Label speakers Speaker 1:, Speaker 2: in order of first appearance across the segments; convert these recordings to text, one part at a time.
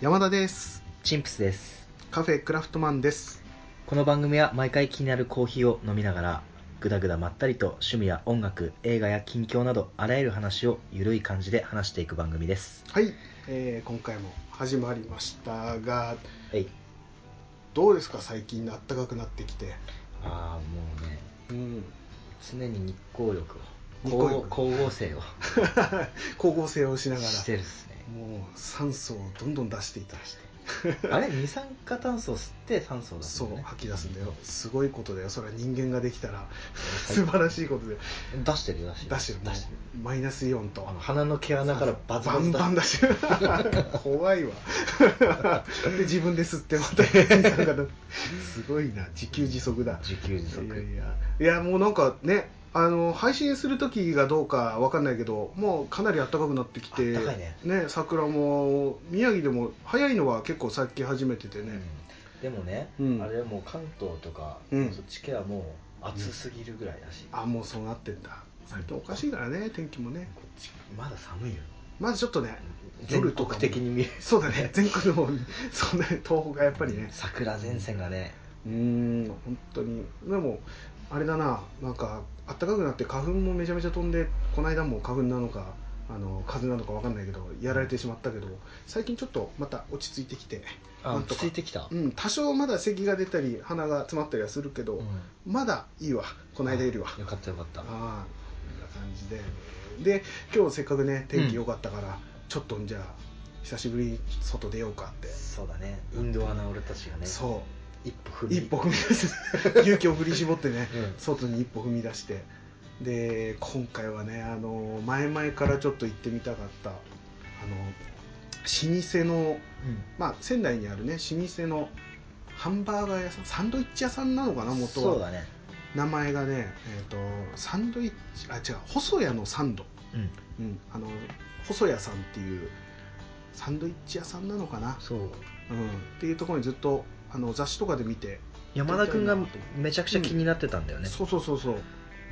Speaker 1: 山田です
Speaker 2: チンプスです
Speaker 1: カフェクラフトマンです
Speaker 2: この番組は毎回気になるコーヒーを飲みながらぐだぐだまったりと趣味や音楽映画や近況などあらゆる話をゆるい感じで話していく番組です
Speaker 1: はい、えー今回も始まりましたが
Speaker 2: はい
Speaker 1: どうですか最近暖かくなってきて
Speaker 2: ああもうね
Speaker 1: うん
Speaker 2: 常に日光浴
Speaker 1: 日光
Speaker 2: を
Speaker 1: 浴
Speaker 2: 光合成を
Speaker 1: 光合成をしながら
Speaker 2: してるっす ね
Speaker 1: もう酸素をどんどん出していたして
Speaker 2: あれ二酸化炭素吸って酸素を出す
Speaker 1: そ
Speaker 2: んだ
Speaker 1: う
Speaker 2: よね
Speaker 1: 吐き出すんだよすごいことだよそれは人間ができたら素晴らしいことで
Speaker 2: 出してるよ出してる
Speaker 1: 出してるも
Speaker 2: 出してる
Speaker 1: うマイナスイオンと
Speaker 2: あの鼻の毛穴からバズバズ
Speaker 1: バンバン
Speaker 2: 出
Speaker 1: 出してる 怖 いわで自分で吸ってまた水酸化だすごいな自給自足だ
Speaker 2: 自給自足
Speaker 1: いやいやいやもうなんかねあの配信する時がどうかわかんないけどもうかなり暖かくなってきて
Speaker 2: 暖かいね
Speaker 1: 桜も宮城でも早いのは結構咲き始めてて
Speaker 2: う
Speaker 1: ね
Speaker 2: ん、でもね、
Speaker 1: うん
Speaker 2: あれはもう関東とか、
Speaker 1: うん
Speaker 2: そっち系はもう暑すぎるぐらいだし、
Speaker 1: あもうそうなってんだ最近おかしいからね天気もね
Speaker 2: こっちまだ寒いよ
Speaker 1: まずちょっとね
Speaker 2: 全
Speaker 1: 夜と
Speaker 2: 国
Speaker 1: かも
Speaker 2: 的に見え
Speaker 1: そうだ ね全国のそうね東北がやっぱりね
Speaker 2: 桜前線がね
Speaker 1: うーん本当にでもあれだななんか暖かくなって花粉もめちゃめちゃ飛んでこの間も花粉なのかあの風邪なのかわかんないけどやられてしまったけど最近ちょっとまた落ち着いてきて
Speaker 2: あ
Speaker 1: なんと
Speaker 2: 落
Speaker 1: か
Speaker 2: ち着いてきた、
Speaker 1: うん多少まだ咳が出たり鼻が詰まったりはするけど、
Speaker 2: うん
Speaker 1: まだいいわこの間よりは
Speaker 2: よかったよかっ
Speaker 1: あ
Speaker 2: た
Speaker 1: あこんな感じでで今日せっかくね天気良かったから、ちょっとじゃあ久しぶりに外出ようかって、
Speaker 2: そうだねインドアな俺たちがね
Speaker 1: そう
Speaker 2: 一歩踏み
Speaker 1: 一歩踏み出 す勇気を振り絞ってね、
Speaker 2: うん
Speaker 1: 外に一歩踏み出してで今回はねあの前々からちょっと行ってみたかったあの老舗の、
Speaker 2: うん
Speaker 1: まあ、仙台にあるね老舗のハンバーガー屋さんサンドイッチ屋さんなのかな元
Speaker 2: そう
Speaker 1: は
Speaker 2: だね
Speaker 1: 名前がね、えー、とサンドイッチあ違う細谷のサンド、
Speaker 2: うん
Speaker 1: うん、あの細谷さんっていうサンドイッチ屋さんなのかな、
Speaker 2: そう
Speaker 1: うん、っていうところにずっとあの雑誌とかで見て
Speaker 2: 山田君がめちゃくちゃ気になってたんだよね、
Speaker 1: そうそうそうそう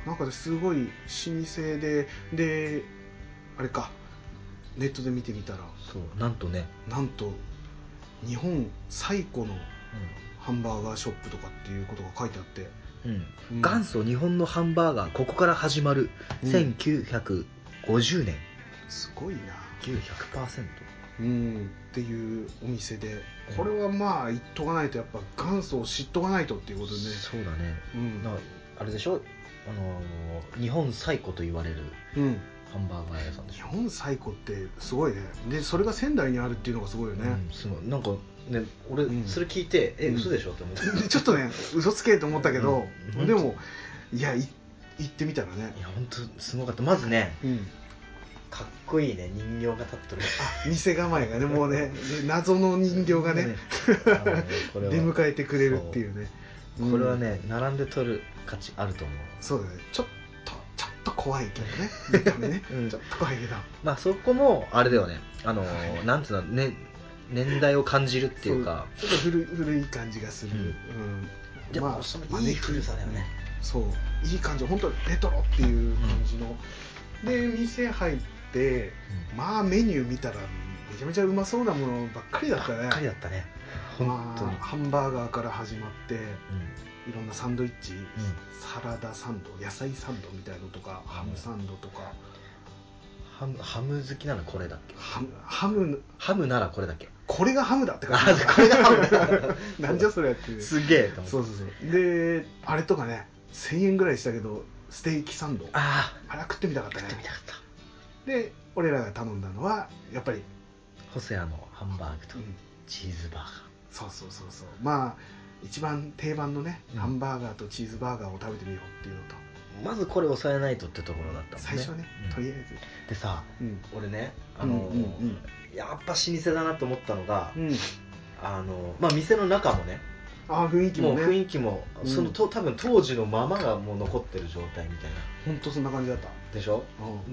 Speaker 1: なんかすごい老舗でであれかネットで見てみたら
Speaker 2: そうなんとね、
Speaker 1: なんと日本最古の
Speaker 2: う
Speaker 1: ハンバーガーショップとかっていうことが書いてあって、
Speaker 2: んうん
Speaker 1: うん
Speaker 2: 元祖日本のハンバーガーここから始まる、
Speaker 1: うん
Speaker 2: 1950年
Speaker 1: すごいな
Speaker 2: 900%
Speaker 1: うんっていうお店でこれはまあ言っとかないとやっぱ元祖を知っとかないとっていうことでね
Speaker 2: そうだね
Speaker 1: うん
Speaker 2: なあれでしょあのー日本最古と言われる
Speaker 1: うん、
Speaker 2: ハンバーガー屋さんで
Speaker 1: 日
Speaker 2: しょ
Speaker 1: 本最古ってすごいねでそれが仙台にあるっていうのがすごいよね、
Speaker 2: うん、すごいなんかね俺
Speaker 1: うん
Speaker 2: それ聞いて、え
Speaker 1: うん
Speaker 2: 嘘でしょって思った、
Speaker 1: でちょっとね嘘つけと思ったけど、
Speaker 2: うん
Speaker 1: でもいやい行ってみたらね
Speaker 2: い、や本当すごかったまずね
Speaker 1: うん、
Speaker 2: かっこいいね人形が立ってる
Speaker 1: あ店構えがねもうねで謎の人形がね
Speaker 2: あのねこ
Speaker 1: 出
Speaker 2: れは
Speaker 1: 迎えてくれるっていうねうん
Speaker 2: これはね並んで撮る価値あると思う
Speaker 1: そうだねちょっとちょっと怖いけどね見た目ね、
Speaker 2: うん
Speaker 1: ちょっと怖いけど
Speaker 2: まあそこもあれだよねあのーなんつうのね年代を感じるっていうか
Speaker 1: そうちょっと古い古い感じがする、
Speaker 2: う
Speaker 1: うんん
Speaker 2: でも、
Speaker 1: まあ
Speaker 2: その
Speaker 1: まあ
Speaker 2: いい古さだよね
Speaker 1: そういい感じ本当レトロっていう感じの、で店入ってまあメニュー見たらめちゃめちゃうまそうなものばっかりだった
Speaker 2: ば
Speaker 1: ね
Speaker 2: っかりだったね本当に、
Speaker 1: まあハンバーガーから始まって
Speaker 2: うん
Speaker 1: いろんなサンドイッチ
Speaker 2: うん
Speaker 1: サラダサンド野菜サンドみたいのとかハムサンドとか
Speaker 2: ハムハム好きならこれだっけ
Speaker 1: ハムハム
Speaker 2: ハムならこれだっけ
Speaker 1: これがハムだって感
Speaker 2: あ
Speaker 1: じ
Speaker 2: これがハムだ
Speaker 1: なんじゃそれっていうそ
Speaker 2: すげえと思って
Speaker 1: うそうそうであれとかね1000円ぐらいしたけどステーキサンドあ
Speaker 2: ああ
Speaker 1: れ食ってみたかった
Speaker 2: 食ってみ
Speaker 1: ね
Speaker 2: たかった
Speaker 1: で俺らが頼んだのはやっぱり、
Speaker 2: 細谷のハンバーグと
Speaker 1: うん
Speaker 2: チーズバー
Speaker 1: そうそうそうそうまあ一番定番のね、
Speaker 2: うん
Speaker 1: ハンバーガーとチーズバーガーを食べてみようっていうのと
Speaker 2: ガーまずこれ抑えないとってところだったもんね
Speaker 1: 最初はね、
Speaker 2: うん
Speaker 1: とりあえず、
Speaker 2: でさ
Speaker 1: うん、
Speaker 2: 俺ねあの、
Speaker 1: うんうん
Speaker 2: やっぱ老舗だなと思ったのが、
Speaker 1: うん、
Speaker 2: あのまあ店の中もね
Speaker 1: ああ雰囲気も
Speaker 2: もう
Speaker 1: ね
Speaker 2: 雰囲気も、
Speaker 1: うん
Speaker 2: そのと多分当時のままがもう残ってる状態みたいな
Speaker 1: 本当そんな感じだった
Speaker 2: でしょ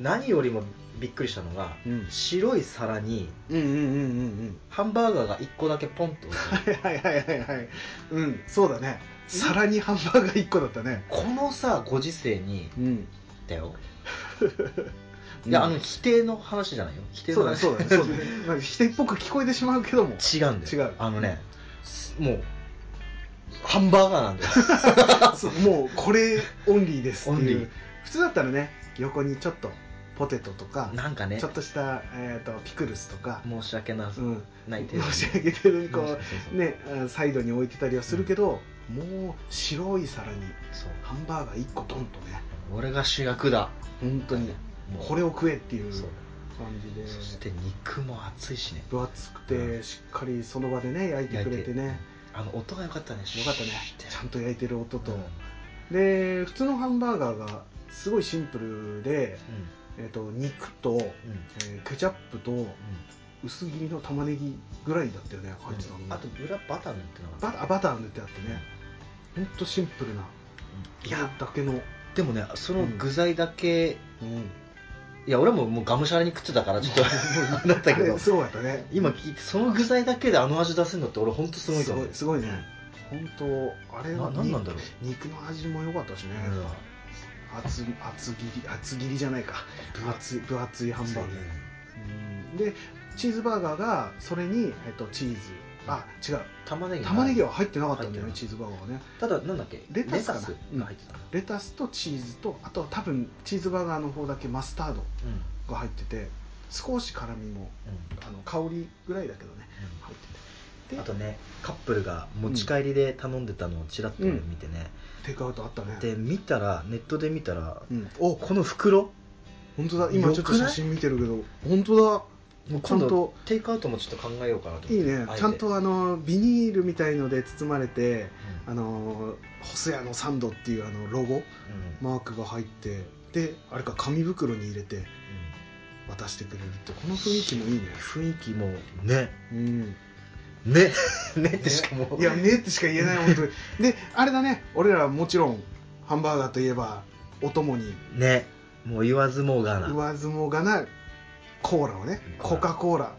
Speaker 2: 何よりもびっくりしたのが
Speaker 1: うんうん
Speaker 2: 白い皿に
Speaker 1: うんうんうん
Speaker 2: ハンバーガーが1個だけポンと置いてある
Speaker 1: うんはいはいはいはいはいうんそうだね皿にハンバーガー1個だったね
Speaker 2: このさご時世に
Speaker 1: うん
Speaker 2: だよいや、
Speaker 1: うん
Speaker 2: あの、否定の話じゃないよ。否定
Speaker 1: そ
Speaker 2: の
Speaker 1: うだね
Speaker 2: 話。
Speaker 1: そうだねそうだね なんか否定っぽく聞こえてしまうけども
Speaker 2: 違うんだよ。
Speaker 1: 違う
Speaker 2: あのね、すもう、ハンバーガーなんだ よ。
Speaker 1: そうもうこれオンリーですって
Speaker 2: オンリ
Speaker 1: い
Speaker 2: ー
Speaker 1: う普通だったらね横にちょっとポテトとか、
Speaker 2: なんかね
Speaker 1: ちょ、っとした、えー、とピクルスとか、
Speaker 2: 申し訳な
Speaker 1: うん、
Speaker 2: ない程度
Speaker 1: 申し上げてるにこ
Speaker 2: そうそう
Speaker 1: うねあサイドに置いてたりはするけど、もう白い皿に
Speaker 2: そう
Speaker 1: ハンバーガー1個ドンとね
Speaker 2: 俺が主役だ。
Speaker 1: 本当に
Speaker 2: もう
Speaker 1: これを食えっていう
Speaker 2: そう
Speaker 1: 感じで
Speaker 2: そして肉も熱いしね。
Speaker 1: 分厚くてしっかりその場でね焼いてくれてねよ
Speaker 2: あの、音が良かったね。
Speaker 1: かったね
Speaker 2: シュッて
Speaker 1: ちゃんと焼いてる音と、
Speaker 2: うん
Speaker 1: で普通のハンバーガーがすごいシンプルで、えー、と肉と、
Speaker 2: うん。うん。
Speaker 1: えーケチャップと薄切りの玉ねぎぐらいだったよね入ってたのね
Speaker 2: あと裏バター塗ってなか
Speaker 1: バタ
Speaker 2: った
Speaker 1: ーバター塗ってあってねほんとシンプルな
Speaker 2: うんいや
Speaker 1: だけの、うん
Speaker 2: でもねその具材だけ、いや俺ももうがむしゃらに食ってたからちょっとあれだったけ
Speaker 1: あ
Speaker 2: ど
Speaker 1: れすごかったね
Speaker 2: 今聞いてその具材だけであの味出せるのって俺本当すごいと思う
Speaker 1: すごいすごいね本当あれは
Speaker 2: ななんなんだろう
Speaker 1: 肉の味も良かったしね、
Speaker 2: うん
Speaker 1: 厚厚切り厚切りじゃないか
Speaker 2: 分
Speaker 1: 厚い分厚いハンバーグ、うんでチーズバーガーがそれに、えっと、チーズあ違う
Speaker 2: 玉ねぎが
Speaker 1: 玉ねぎは入ってなかったんだよ
Speaker 2: 入
Speaker 1: ね
Speaker 2: ってない
Speaker 1: チーズバーガーはね
Speaker 2: ただなんだっけ
Speaker 1: レタスかな
Speaker 2: が入ってた、
Speaker 1: レタスとチーズとあとは多分チーズバーガーの方だけマスタード
Speaker 2: うんうん
Speaker 1: が入ってて少し辛みもあの香りぐらいだけどね入ってて
Speaker 2: あ
Speaker 1: で
Speaker 2: とねカップルが持ち帰りで頼んでたのをちらっと俺見てね、
Speaker 1: テイクアウトあったね
Speaker 2: で見たらネットで見たら、
Speaker 1: うん、
Speaker 2: おこの袋
Speaker 1: 本当だ今ちょっと写真見てるけど本当だちゃ
Speaker 2: 今
Speaker 1: んと
Speaker 2: 度テイクアウトもちょっと考えようかなと思って
Speaker 1: いいね
Speaker 2: あえて
Speaker 1: ちゃんとあのビニールみたいので包まれて
Speaker 2: う
Speaker 1: あの細谷のサンドっていうあのロゴ
Speaker 2: んうん
Speaker 1: マークが入ってであれか紙袋に入れて
Speaker 2: うん
Speaker 1: 渡してくれるってこの雰囲気もいいね
Speaker 2: 雰囲気もね
Speaker 1: うん
Speaker 2: ね ねってしかも
Speaker 1: いやねってしか言えない本当にであれだね俺らもちろんハンバーガーといえばお供に
Speaker 2: ねもう言わずもがな、うん、
Speaker 1: 上相撲がなコーラをね
Speaker 2: コーラ
Speaker 1: コカ・コーラ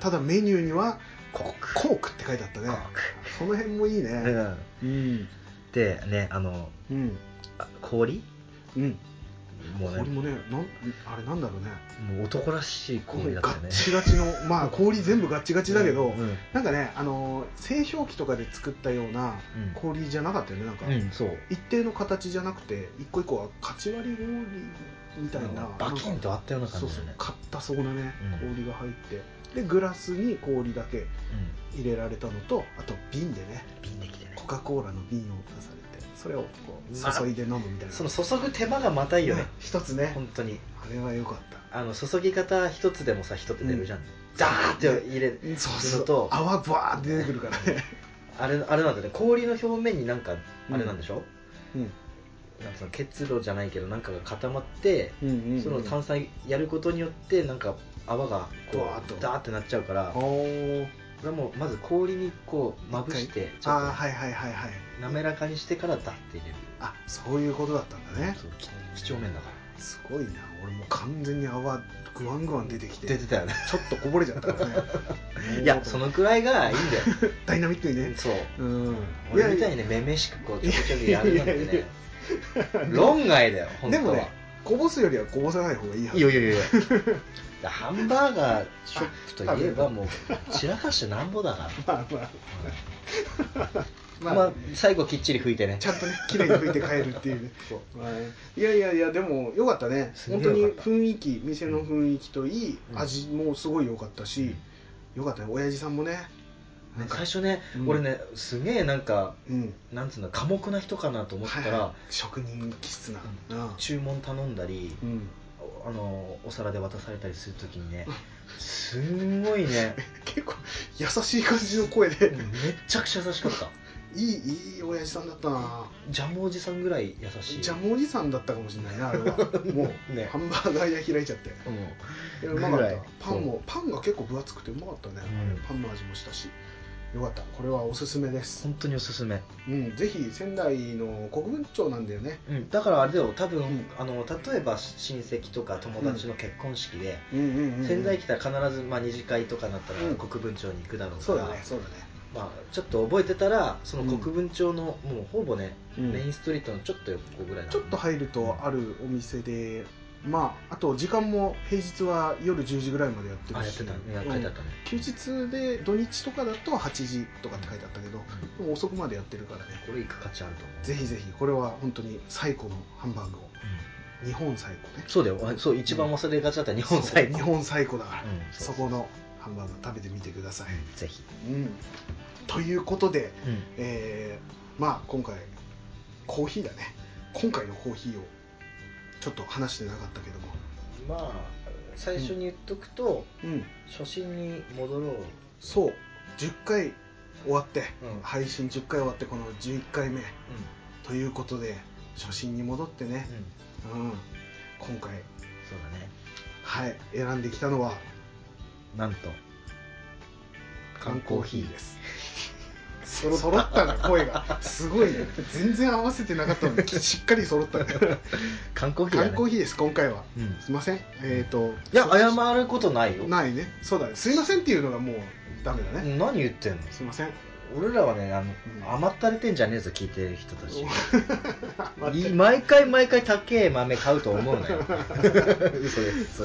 Speaker 1: ただメニューには
Speaker 2: コック
Speaker 1: コークって書いてあったね
Speaker 2: コック
Speaker 1: その辺もいいね
Speaker 2: うん
Speaker 1: うん
Speaker 2: でねあの
Speaker 1: うん
Speaker 2: あ氷
Speaker 1: うん
Speaker 2: もう
Speaker 1: 氷
Speaker 2: ね
Speaker 1: もねなんあれなんだろうね
Speaker 2: もう男らしい氷だった
Speaker 1: ガ
Speaker 2: よね
Speaker 1: ッチガチ のまあ氷全部ガッチガチだけど、
Speaker 2: うんうん
Speaker 1: なんかねあの製氷機とかで作ったような
Speaker 2: うん
Speaker 1: 氷じゃなかったよねなんか、
Speaker 2: うんそう
Speaker 1: 一定の形じゃなくて一個一個はカチ割り氷みたいな
Speaker 2: バキンとあ
Speaker 1: あ
Speaker 2: ったような感
Speaker 1: そう
Speaker 2: じ
Speaker 1: そ
Speaker 2: だ
Speaker 1: う
Speaker 2: ね
Speaker 1: 買ったそうなね、
Speaker 2: うん
Speaker 1: 氷が入ってでグラスに氷だけ
Speaker 2: う
Speaker 1: 入れられたのとあと瓶でね
Speaker 2: ん瓶できてね
Speaker 1: コカ・コーラの瓶を出されてそれをこう注いで飲むみたいな、
Speaker 2: その注ぐ手間がまたいよね
Speaker 1: ね一つね
Speaker 2: 本当に
Speaker 1: あれは良かった
Speaker 2: あの注ぎ方一つでもさ人って出るじゃんザーって入れる
Speaker 1: そう
Speaker 2: そ
Speaker 1: そうう
Speaker 2: と
Speaker 1: 泡ブワーって出てくるからね、
Speaker 2: あれあれなんだよね氷の表面になんかあれなんでしょ、
Speaker 1: うん
Speaker 2: なんかその結露じゃないけどなんかが固まって、
Speaker 1: うんうんうん
Speaker 2: その炭酸やることによってなんか泡がこ
Speaker 1: ドワーッ
Speaker 2: う
Speaker 1: と
Speaker 2: ダーってなっちゃうからこ
Speaker 1: おー
Speaker 2: れはもうまず氷にこうまぶしてちょ
Speaker 1: あー
Speaker 2: っ
Speaker 1: はいはいはいはい
Speaker 2: と滑らかにしてからダーって入れる
Speaker 1: あそういうことだったんだね
Speaker 2: そうき几帳面だか
Speaker 1: すごいな俺もう完全に泡グワングワン出てきて
Speaker 2: ら出てたよね
Speaker 1: ちょっとこぼれちゃったからね
Speaker 2: いやそのくらいがいいん だよ
Speaker 1: ダイナミックにね
Speaker 2: そう
Speaker 1: うん
Speaker 2: 俺みたいにねめめしくこうちょこちょこやるなんて
Speaker 1: いやいや
Speaker 2: ね論外だよ本
Speaker 1: で
Speaker 2: 当
Speaker 1: も
Speaker 2: は、
Speaker 1: ねこぼすよりはこぼさない方がいいはい
Speaker 2: やいやいやいやハンバーガーショップといえばもう散らかしてなんぼだから
Speaker 1: まあまあ
Speaker 2: まあ、最後きっちり拭いてね
Speaker 1: ちゃんとね綺麗に拭いて帰るっていうね
Speaker 2: そう
Speaker 1: まあねいやいやいやでも良かったね
Speaker 2: すごい
Speaker 1: 本当に
Speaker 2: 良かった
Speaker 1: 雰囲気店の雰囲気といい
Speaker 2: うん
Speaker 1: 味もすごい良かったし良かったね親父さんもねなんか
Speaker 2: 最初ね、
Speaker 1: うん
Speaker 2: 俺ねすげえなんか
Speaker 1: うん
Speaker 2: なんつうの寡黙な人かなと思ったら、
Speaker 1: はいはい職人気質なうん
Speaker 2: 注文頼んだり
Speaker 1: うん
Speaker 2: おあのお皿で渡されたりするときにねすんごいね
Speaker 1: 結構優しい感じの声で
Speaker 2: めっちゃくちゃ優しかった
Speaker 1: いいいい親父さんだったな
Speaker 2: ジャムおじさんぐらい優しい
Speaker 1: ジャムおじさんだったかもしれないなあれ はもう、
Speaker 2: ね
Speaker 1: ハンバーガー屋開いちゃって
Speaker 2: うん
Speaker 1: いやうまか
Speaker 2: ぐ
Speaker 1: っ
Speaker 2: ら
Speaker 1: た
Speaker 2: い
Speaker 1: パンもパンが結構分厚くてうまかったね、
Speaker 2: うん
Speaker 1: パンの味もしたしよかったこれはおすすめです、
Speaker 2: 本当におすすめ、
Speaker 1: うん、ぜひ仙台の国分町なんだよね
Speaker 2: うん、だからあれだよ多分、
Speaker 1: ん
Speaker 2: あの例えば親戚とか友達の結婚式で、
Speaker 1: うんうんうん、
Speaker 2: 仙台来たら必ず、まあ、二次会とかになったら
Speaker 1: うん
Speaker 2: 国分町に行くだろうか
Speaker 1: そう
Speaker 2: ら、
Speaker 1: だねそうだね
Speaker 2: まあ、ちょっと覚えてたらその国分町の、もうほぼね、
Speaker 1: うん
Speaker 2: メインストリートのちょっと横ぐらいなの
Speaker 1: ちょっと入るとあるお店でまああと時間も平日は夜10時ぐらいまでやってる
Speaker 2: あ
Speaker 1: し
Speaker 2: やってたねいや
Speaker 1: うん
Speaker 2: 書いてあったね、
Speaker 1: 休日で土日とかだと8時とかって書いてあったけど、でも遅くまでやってるからね
Speaker 2: これ行く価値あると思う、
Speaker 1: ぜひぜひこれは本当に最古のハンバーグを
Speaker 2: う
Speaker 1: 日本最古ね
Speaker 2: んそうだよあそう一番忘れがちだった日本最
Speaker 1: そう
Speaker 2: 高
Speaker 1: 日本最古だから、
Speaker 2: うん
Speaker 1: そ
Speaker 2: そう
Speaker 1: このハンバーグ食べてみてください、
Speaker 2: ぜひ、
Speaker 1: うん、ということで、
Speaker 2: うん、
Speaker 1: えーまあ今回コーヒーだね今回のコーヒーをちょっと話してなかったけども
Speaker 2: まあ最初に言っとくと、
Speaker 1: うん
Speaker 2: 初心に戻ろう
Speaker 1: そう10回終わって、
Speaker 2: うん
Speaker 1: 配信10回終わってこの11回目ということで初心に戻ってね
Speaker 2: うん、うん、
Speaker 1: うん、今回
Speaker 2: そうだね
Speaker 1: はい選んできたのは
Speaker 2: なんと
Speaker 1: 缶コーヒーですす
Speaker 2: 揃った
Speaker 1: 揃ったな声がすごいね全然合わせてなかった のにしっかり揃ったね
Speaker 2: 缶コーヒーだね
Speaker 1: 缶コーヒーです今回は
Speaker 2: うん、い
Speaker 1: すいませんえっ、と
Speaker 2: や謝ることないよ
Speaker 1: ないねそうだねすいませんっていうのがもうダメだね、
Speaker 2: 何言ってんの
Speaker 1: すいません
Speaker 2: 俺らはねあの、
Speaker 1: ん
Speaker 2: 甘ったれてんじゃねえぞ聞いてる人たち
Speaker 1: 待って
Speaker 2: い毎回毎回高え豆買うと思うなよ嘘で す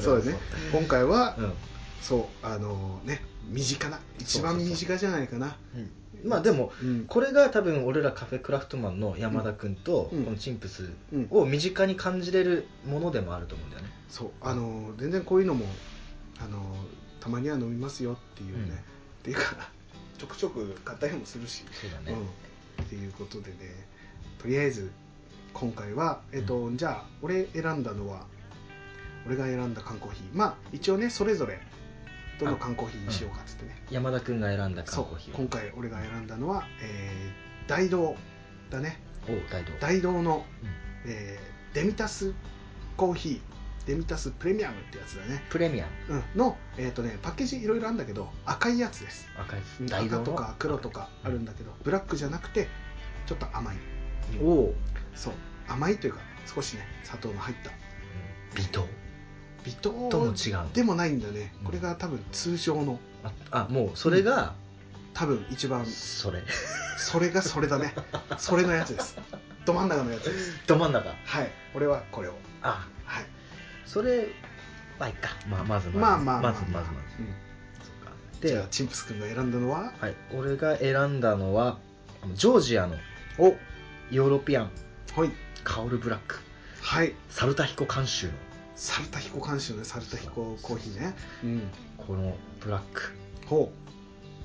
Speaker 1: そうだね今回は、
Speaker 2: うん
Speaker 1: そうあのね身近な一番身近じゃないかな
Speaker 2: うんまあでも
Speaker 1: うん
Speaker 2: これが多分俺らカフェクラフトマンの山田君とこ
Speaker 1: うん
Speaker 2: のチンプス
Speaker 1: うん
Speaker 2: を身近に感じれるものでもあると思うんだよね
Speaker 1: そうあの全然こういうのもあのたまには飲みますよっていうね、
Speaker 2: うん
Speaker 1: っていうか ちょくちょく買ったりもするし、
Speaker 2: そうだ
Speaker 1: うん、っていうことでねとりあえず今回は、えっとじゃあ俺選んだのは俺が選んだ缶コーヒーまあ一応ねそれぞれどの缶コーヒーにしようかっつってね、
Speaker 2: 山田君が選んだ
Speaker 1: そ
Speaker 2: 缶
Speaker 1: う
Speaker 2: コーヒー
Speaker 1: 今
Speaker 2: を
Speaker 1: 回俺が選んだのは、えー大道だね
Speaker 2: おう大道
Speaker 1: 大道の、
Speaker 2: うん
Speaker 1: えーデミタスコーヒーデミタスプレミアムってやつだね、
Speaker 2: プレミア
Speaker 1: う
Speaker 2: ム
Speaker 1: ん、の、えーとね、パッケージいろいろあるんだけど赤いやつです
Speaker 2: 赤いです
Speaker 1: 赤とか黒とかあるんだけどブラックじゃなくてちょっと甘い
Speaker 2: おおう
Speaker 1: そう甘いというか少しね砂糖の入った
Speaker 2: 微糖
Speaker 1: 微糖
Speaker 2: とも違う
Speaker 1: でもないんだね
Speaker 2: うん
Speaker 1: これが多分通常の
Speaker 2: ああもうそれが
Speaker 1: 多分一番
Speaker 2: それ
Speaker 1: それがそれだ ねそれのやつですど真ん中のやつです
Speaker 2: ど真ん中
Speaker 1: はい俺はこれを
Speaker 2: あ
Speaker 1: はい
Speaker 2: それまあいっかまあまずまず
Speaker 1: まあまあ
Speaker 2: まずまずまず
Speaker 1: うん
Speaker 2: そっか
Speaker 1: じゃ
Speaker 2: で
Speaker 1: あチンプス君が選んだのは
Speaker 2: はい俺が選んだのはあのジョージアの
Speaker 1: お
Speaker 2: ヨーロピアン
Speaker 1: はい
Speaker 2: カオルブラック
Speaker 1: はい
Speaker 2: サルタヒコ監修の
Speaker 1: サルタヒコ監修のサルタヒココーヒーねうん
Speaker 2: このブラック
Speaker 1: ほう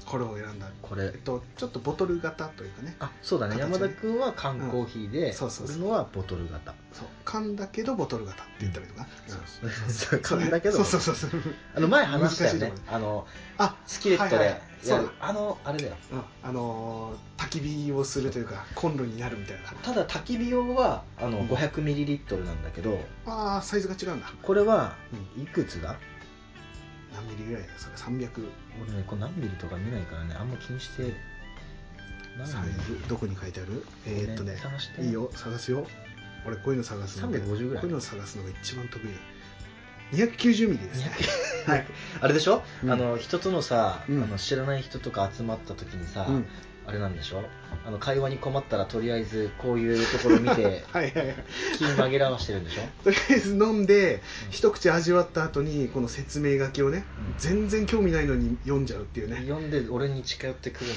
Speaker 1: これを選んだ
Speaker 2: こ
Speaker 1: え
Speaker 2: れ
Speaker 1: っとちょっとボトル型というかね
Speaker 2: あそうだね
Speaker 1: 形ね
Speaker 2: 山田君は缶コーヒーで、
Speaker 1: んそうそうそう
Speaker 2: 俺のはボトル型
Speaker 1: そう缶だけどボトル型って言ったらいいのかなうん
Speaker 2: そう缶だけ
Speaker 1: そ
Speaker 2: ど
Speaker 1: うそうそうそう
Speaker 2: あの前話したよね
Speaker 1: 難しいと
Speaker 2: あの
Speaker 1: あ
Speaker 2: スキレット
Speaker 1: はい
Speaker 2: で
Speaker 1: はい
Speaker 2: や
Speaker 1: はい
Speaker 2: る
Speaker 1: そうだ
Speaker 2: あのあれだよ
Speaker 1: うんあのー焚き火をするというかコンロになるみたいな
Speaker 2: ただ焚き火用はあの
Speaker 1: うん
Speaker 2: 500ml なんだけど
Speaker 1: ああサイズが違うんだ
Speaker 2: これはいくつだ、
Speaker 1: 何ミリぐらいだそれ300
Speaker 2: 俺ねこれ何ミリとか見ないからねあんま気にして何
Speaker 1: サイズどこに書いてあるえーっとね
Speaker 2: 探して
Speaker 1: いいよ探すよ俺こういうの探すのがこう
Speaker 2: 350ぐらい
Speaker 1: いうの探すのが一番得意だ290ミリですねはい
Speaker 2: あれでしょ、
Speaker 1: うん
Speaker 2: あの人とのさ、
Speaker 1: うん
Speaker 2: あの知らない人とか集まった時にさ、
Speaker 1: うん
Speaker 2: あれなんでしょあの会話に困ったらとりあえずこういうところ見て
Speaker 1: はいはいはい
Speaker 2: 気紛らわしてるんでしょ
Speaker 1: とりあえず飲んで、
Speaker 2: うん
Speaker 1: 一口味わった後にこの説明書きをね、
Speaker 2: うん
Speaker 1: 全然興味ないのに読んじゃうっていうね、
Speaker 2: 呼んで俺に近寄ってくる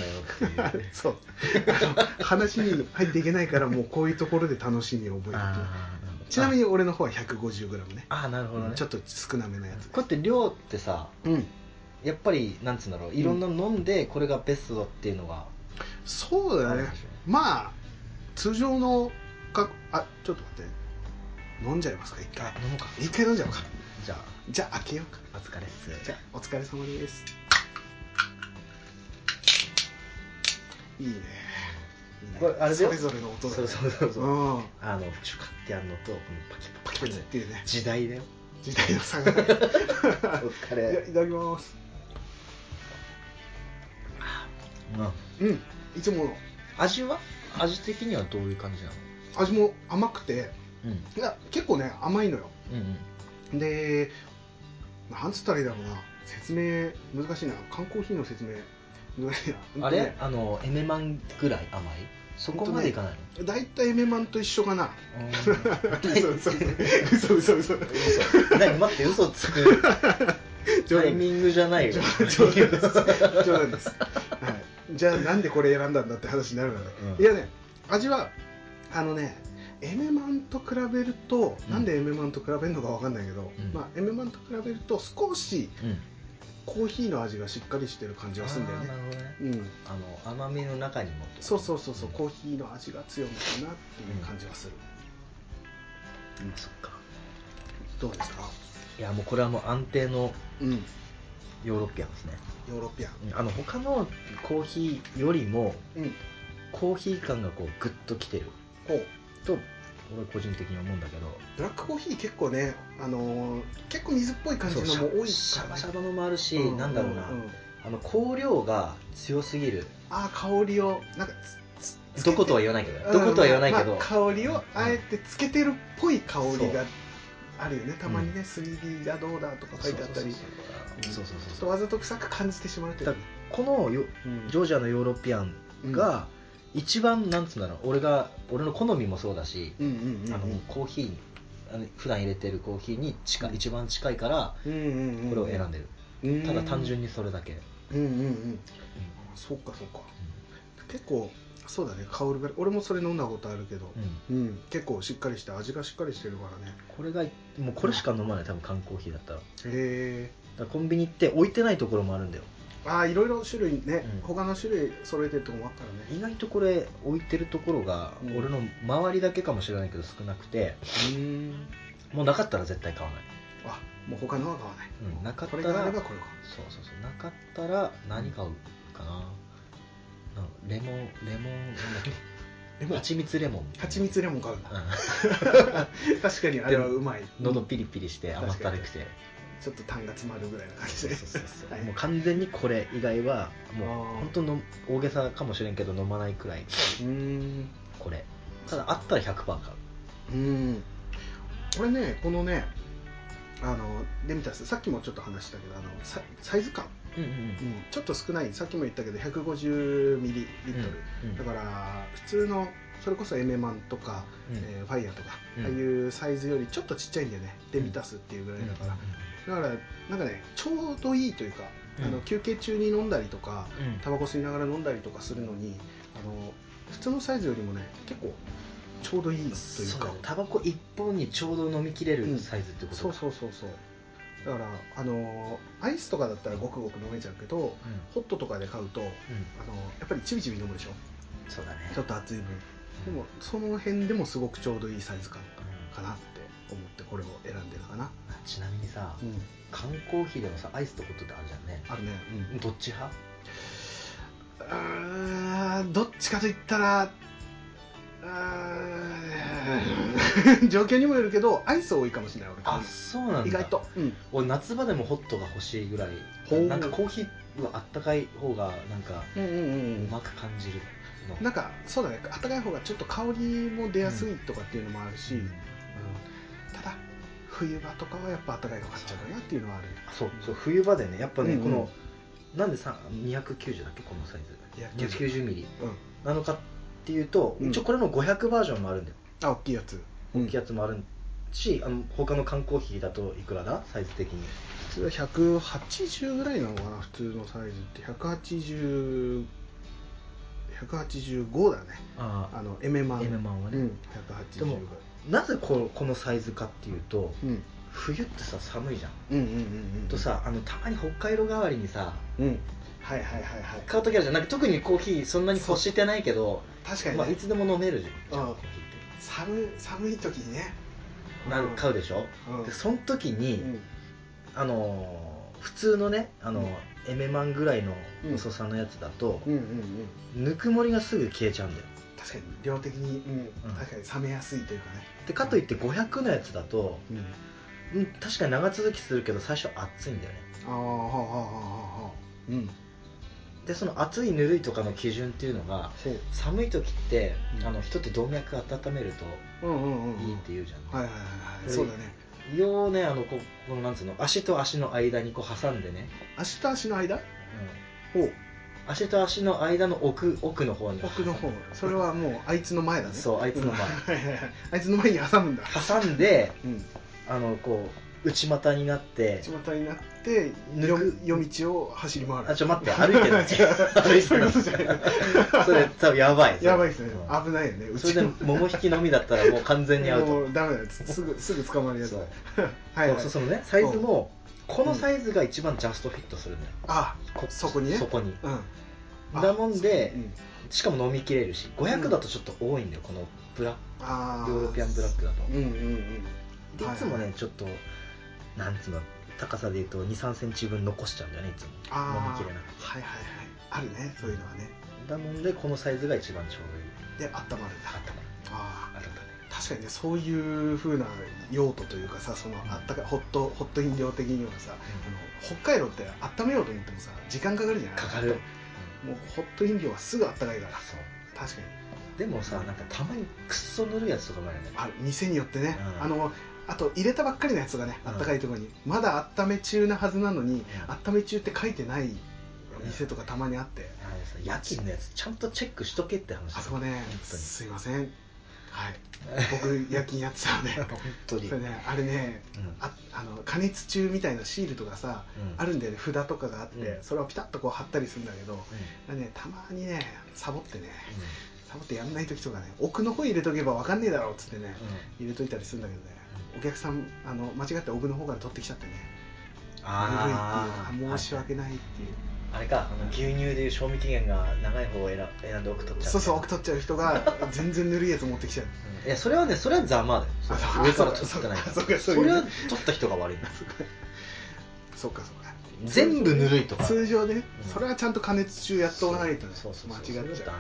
Speaker 2: なよっていう
Speaker 1: そうあの話に入っていけないからもうこういうところで楽しみを覚えて
Speaker 2: あー
Speaker 1: ちなみに俺の方は 150g ね
Speaker 2: あーなるほどね
Speaker 1: ちょっと少なめのやつ、
Speaker 2: こうやって量ってさ
Speaker 1: うん、
Speaker 2: やっぱりなんつうんだろういろんなの飲んでこれがベストっていうのが
Speaker 1: そうだ
Speaker 2: あ
Speaker 1: ね
Speaker 2: るでしょ
Speaker 1: まあ通常のかあちょっと待って飲んじゃいますか一回
Speaker 2: あ飲もうか
Speaker 1: 一回飲んじゃおうか
Speaker 2: じゃあ
Speaker 1: じゃあ開けようか
Speaker 2: お疲れっす
Speaker 1: じゃあお疲れ様ですいいねいいね
Speaker 2: これあれだ
Speaker 1: そ
Speaker 2: よ
Speaker 1: れぞれの音だ、
Speaker 2: そ
Speaker 1: ね、
Speaker 2: うそうそうそう
Speaker 1: うん
Speaker 2: あのシュカってやるのとこのパキパ
Speaker 1: パ
Speaker 2: キ
Speaker 1: キパ
Speaker 2: パキ
Speaker 1: キっていうね
Speaker 2: 時代だよ
Speaker 1: 時代の差がね
Speaker 2: お疲
Speaker 1: いや
Speaker 2: れ
Speaker 1: いただきます
Speaker 2: うん
Speaker 1: うんいつもの
Speaker 2: 味は味的にはどういう感じなの
Speaker 1: 味も甘くて
Speaker 2: うん
Speaker 1: いや結構ね甘いのよ
Speaker 2: うんうん
Speaker 1: でなんつったらいいだろうな説明難しいな缶コーヒーの説明難しいな
Speaker 2: あ
Speaker 1: うんと
Speaker 2: れ
Speaker 1: ね
Speaker 2: あのエメマンぐらい甘いそこまでいかないの
Speaker 1: 大体メマンと一緒かな嘘嘘嘘嘘嘘嘘
Speaker 2: 嘘何待って嘘つくタイミングじゃないよ
Speaker 1: 冗談です冗談です、はい、じゃあなんでこれ選んだんだって話になるので、
Speaker 2: う
Speaker 1: い
Speaker 2: ん
Speaker 1: やね味はあのねエメマンと比べると、
Speaker 2: うん
Speaker 1: なんでエメマンと比べるのかわかんないけど、
Speaker 2: うん
Speaker 1: まあ、エメマンと比べると少し
Speaker 2: うん
Speaker 1: コーヒーの味がしっかりしてる感じがするんだよ
Speaker 2: あ
Speaker 1: ね
Speaker 2: ーなるほどね
Speaker 1: うん
Speaker 2: あの甘みの中にも
Speaker 1: そうそうそうそう
Speaker 2: うん
Speaker 1: コーヒーの味が強いのかなっていう感じがする、
Speaker 2: うんそっか
Speaker 1: どうですか
Speaker 2: いやもうこれはもう安定の
Speaker 1: うんヨ
Speaker 2: ヨーロッピアンですね
Speaker 1: ーロピアン
Speaker 2: うんあの他のコーヒーよりも
Speaker 1: うん
Speaker 2: コーヒー感がこうグッときてる
Speaker 1: こう
Speaker 2: と俺個人的に思うんだけど
Speaker 1: ブラックコーヒー結構ね、あのー結構水っぽい感じのも多いから、ね、
Speaker 2: シャバシャバのもあるし、
Speaker 1: うん
Speaker 2: なんだろうな、
Speaker 1: んん
Speaker 2: あの香料が強すぎる
Speaker 1: あー香りをなんかつつつけ
Speaker 2: ど
Speaker 1: て
Speaker 2: ことは言わないけどね、どことは言わないけど、
Speaker 1: まあ香りをあえてつけてるっぽい香りがあるよねたまにね、3D がどうだとか書いてあったりち
Speaker 2: そうそうそうそ
Speaker 1: ょ
Speaker 2: う
Speaker 1: っと
Speaker 2: そうそうそうそう
Speaker 1: わざと臭く感じてしまうという
Speaker 2: だ
Speaker 1: か
Speaker 2: からこのよジョージアのヨーロピアンが、一番なんつうんだろう俺が俺の好みもそうだし、
Speaker 1: うんうんうん
Speaker 2: あのコーヒーにあの普段入れてるコーヒーに近い、一番近いから
Speaker 1: うんうんうん
Speaker 2: これを選んでる、
Speaker 1: うん
Speaker 2: ただ単純にそれだけ、
Speaker 1: うんうんうんあそうかそうか結構そうだね香りが俺もそれ飲んだことあるけど
Speaker 2: うんうん
Speaker 1: うん結構しっかりして味がしっかりしてるからね
Speaker 2: これがもうこれしか飲まない多分缶コーヒーだったらだか
Speaker 1: へえ
Speaker 2: らコンビニって置いてないところもあるんだよ
Speaker 1: ああいろいろ種類ね、
Speaker 2: うん
Speaker 1: 他の種類揃えてるとこもあったらね
Speaker 2: 意外とこれ置いてるところが
Speaker 1: うん
Speaker 2: 俺の周りだけかもしれないけど少なくて
Speaker 1: うん
Speaker 2: もうなかったら絶対買わない、
Speaker 1: あもう他のは買わない、
Speaker 2: うん、なかった
Speaker 1: こ
Speaker 2: ら
Speaker 1: れがあればこれを買
Speaker 2: そうそうそうなかったら何買うかななんかレモンレモンなんだっけ
Speaker 1: うでも
Speaker 2: 蜂蜜レモン
Speaker 1: 蜂蜜レモン買うんだ 確かにあれはうまい
Speaker 2: うん喉ピリピリして
Speaker 1: 確か
Speaker 2: 甘
Speaker 1: に
Speaker 2: ったるくて
Speaker 1: ちょっと痰が詰まるぐらいな感じ
Speaker 2: そう
Speaker 1: で
Speaker 2: そうそうそう、
Speaker 1: はい
Speaker 2: もう完全にこれ以外はもう
Speaker 1: あー
Speaker 2: 本当の大げさかもしれんけど飲まないくらい
Speaker 1: うん
Speaker 2: これただあったら100%買
Speaker 1: う
Speaker 2: う
Speaker 1: んこれねこのねあのデミタスさっきもちょっと話したけどあのササイズ感、
Speaker 2: うんうんうん
Speaker 1: うん、ちょっと少ないさっきも言ったけど150ミリリットル、
Speaker 2: うん
Speaker 1: だから普通のそれこそエメマンとか、
Speaker 2: うん
Speaker 1: えーファイヤーとか、
Speaker 2: うん
Speaker 1: ああいうサイズよりちょっとちっちゃいんだよねデミタスっていうぐらいだから、だからなんかねちょうどいいというか、
Speaker 2: うん
Speaker 1: あの休憩中に飲んだりとか
Speaker 2: うん
Speaker 1: タバコ吸いながら飲んだりとかするのにあの普通のサイズよりもね結構ちょうどいいという
Speaker 2: そう
Speaker 1: か
Speaker 2: だねタバコ1本にちょうど飲みきれるサイズってこと
Speaker 1: そう
Speaker 2: う
Speaker 1: そうそうそうだからあのアイスとかだったらごくごく飲めちゃうけど
Speaker 2: ん
Speaker 1: ホットとかで買うとあの
Speaker 2: うん
Speaker 1: やっぱりちびちび飲むでしょ
Speaker 2: そうだね
Speaker 1: ちょっと熱い分でもその辺でもすごくちょうどいいサイズ感
Speaker 2: うん
Speaker 1: かなって思ってこれを選んでるかな、
Speaker 2: ちなみにさ
Speaker 1: うん、
Speaker 2: 缶コーヒーでもさアイスとホットってあるじゃんね
Speaker 1: あるね、うん
Speaker 2: どっち派
Speaker 1: あーどっちかといったらあー 状況にもよるけどアイス多いかもしれない俺
Speaker 2: あそうなんだ
Speaker 1: 意外と、うん、
Speaker 2: 俺夏場でもホットが欲しいぐら
Speaker 1: ほ
Speaker 2: いうなんかコーヒーはあったかい方がなんか
Speaker 1: うんうん
Speaker 2: うまく感じるの
Speaker 1: なんかそうだね暖かい方がちょっと香りも出やすいとかっていうのもあるし、うんただ冬場とかはやっぱ暖かいの買っちゃうかなっていうのはある
Speaker 2: そうそう冬場でねやっぱね、
Speaker 1: うんうん
Speaker 2: このなんでさ290だっけこのサイズ
Speaker 1: 290
Speaker 2: 290ミリ
Speaker 1: うん
Speaker 2: なのかっていうと、
Speaker 1: うん
Speaker 2: 一応これの500バージョンもあるんだよ
Speaker 1: あ大きいやつ
Speaker 2: 大きいやつもあるし、あの他の缶コーヒーだといくらだサイズ的に
Speaker 1: 普通は180ぐらいなのかな普通のサイズって180185だね
Speaker 2: あ
Speaker 1: あのエメマン
Speaker 2: エメマンはね
Speaker 1: うん、
Speaker 2: で
Speaker 1: 180
Speaker 2: も
Speaker 1: ぐ
Speaker 2: なぜここのサイズかっていうと
Speaker 1: らい、うん、
Speaker 2: 冬ってさ寒いじゃん、
Speaker 1: うんうんうんうん
Speaker 2: とさあのたまに北海道代わりにさ
Speaker 1: うんはいはいはいはい
Speaker 2: 買う時あるじゃんなんか特にコーヒーそんなに欲してないけど、
Speaker 1: 確かに
Speaker 2: まあ、い
Speaker 1: ね、
Speaker 2: つでも飲めるじゃん
Speaker 1: うん
Speaker 2: コーヒーって
Speaker 1: 寒い寒い時にね
Speaker 2: なる買うでしょ、
Speaker 1: うん
Speaker 2: でその時に、
Speaker 1: うん
Speaker 2: あのー普通のねあのー、エメマンぐらいの
Speaker 1: うん
Speaker 2: 細さのやつだと
Speaker 1: う、んうんうん
Speaker 2: ぬくもりがすぐ消えちゃうんだよ
Speaker 1: 確かに量的に、うん
Speaker 2: うん
Speaker 1: 確かに冷めやすいというかね、
Speaker 2: でかといって500のやつだと、
Speaker 1: うん、
Speaker 2: うん、確かに長続きするけど最初熱いんだよね
Speaker 1: ああはあはあはあはあうん
Speaker 2: でその熱いぬるいとかの基準っていうのが
Speaker 1: ほう
Speaker 2: 寒い時って、
Speaker 1: うん
Speaker 2: あの人って動脈温めると
Speaker 1: うんうんうんうん
Speaker 2: いいって言うじゃん、
Speaker 1: はいはいはいはい
Speaker 2: で
Speaker 1: そうだね
Speaker 2: 胃をねあのこうこのなんつうの足と足の間にこう挟んでね、
Speaker 1: 足と足の間
Speaker 2: うん
Speaker 1: ほう
Speaker 2: 足と足の間の奥奥の方に
Speaker 1: 奥の方それはもうあいつの前だね
Speaker 2: そうあいつの前
Speaker 1: んはいはいはいあいつの前に挟むんだ
Speaker 2: 挟んで
Speaker 1: うん
Speaker 2: あのこう内股になって
Speaker 1: 巷になって
Speaker 2: 抜
Speaker 1: 夜
Speaker 2: く
Speaker 1: 夜道を走り回る
Speaker 2: あちょ待って歩いてる歩い て
Speaker 1: そういう
Speaker 2: る
Speaker 1: ことじゃない
Speaker 2: それ多分やばいそれ
Speaker 1: やばいですね
Speaker 2: う
Speaker 1: 危ないよねうんち
Speaker 2: それで桃引きのみだったらもう完全にア
Speaker 1: も
Speaker 2: ウト
Speaker 1: うダメだよす ぐすぐ捕まるやつ
Speaker 2: そ
Speaker 1: は
Speaker 2: う
Speaker 1: い はい
Speaker 2: そうそのねサイズもこのサイズが一番ジャストフィットするのよ
Speaker 1: あそこにね
Speaker 2: そこに
Speaker 1: うんあ
Speaker 2: だもんで
Speaker 1: うん
Speaker 2: しかも飲みきれるし500だとちょっと多いんだよこのブラッ
Speaker 1: あ
Speaker 2: クヨーロピアンブラッ
Speaker 1: ク
Speaker 2: クだと
Speaker 1: うんうんうん
Speaker 2: でいつも
Speaker 1: はい
Speaker 2: ねちょっとなんつうの高さでいうと2 3センチ分残しちゃうんだよねいつも飲
Speaker 1: あ
Speaker 2: み
Speaker 1: あ
Speaker 2: きれなくて
Speaker 1: はいはいはいあるねそういうのはね
Speaker 2: だもんでこのサイズが一番ちょうどいい
Speaker 1: で温まるんだ
Speaker 2: あったね
Speaker 1: あ
Speaker 2: あったね
Speaker 1: ー確かにねそういう風な用途というかさそのあったかホットホット飲料的にはさ、あの北海道って温めようと思ってもさ時間かかるじゃない
Speaker 2: かかる、
Speaker 1: もうホット飲料はすぐ温かいから
Speaker 2: そう
Speaker 1: 確かに
Speaker 2: でもさなんかたまにくっそぬるいやつとかもあるよね
Speaker 1: ある店によってね、
Speaker 2: うん
Speaker 1: あのあと入れたばっかりのやつがね
Speaker 2: うん
Speaker 1: あったかいところに、まだ温め中なはずなのに
Speaker 2: うん
Speaker 1: 温め中って書いてない店とかたまにあって、
Speaker 2: あのさ家賃のやつちゃんとチェックしとけって話
Speaker 1: あそこね
Speaker 2: 本当に
Speaker 1: すい ませんはい僕夜勤やってたので
Speaker 2: 本当に
Speaker 1: それねあれね
Speaker 2: うん
Speaker 1: ああの加熱中みたいなシールとかさ、
Speaker 2: うん
Speaker 1: あるんだよね札とかがあって、
Speaker 2: うん
Speaker 1: それをピタッとこう貼ったりするんだけど
Speaker 2: うん
Speaker 1: あれねたまにねサボってね
Speaker 2: う
Speaker 1: サボってやんない時とかね奥の方入れとけば分かんねえだろうっつってね
Speaker 2: んうん
Speaker 1: 入れといたりするんだけどねお客さんあの間違って奥の方から取ってきちゃってね
Speaker 2: あ
Speaker 1: ぬるいっていう
Speaker 2: ー
Speaker 1: 申し訳ないっていう、
Speaker 2: あれかあの牛乳でいう賞味期限が長い方を選選んで奥取っちゃう
Speaker 1: そうそう奥取っちゃう人が全然ぬるいやつ持ってきちゃう
Speaker 2: うんいやそれはねそれはざまだよそれ
Speaker 1: あそう
Speaker 2: 上から取ってない か
Speaker 1: そうからそうかそうい
Speaker 2: そ
Speaker 1: う
Speaker 2: れは取った人が悪いんだ
Speaker 1: そうかそうか
Speaker 2: 全部ぬるいとか
Speaker 1: 通常ね、
Speaker 2: うん
Speaker 1: それはちゃんと加熱中やっとかないとね
Speaker 2: そうそうそう
Speaker 1: 間違っ
Speaker 2: そ
Speaker 1: ち
Speaker 2: れ
Speaker 1: ゃう
Speaker 2: はダメだよ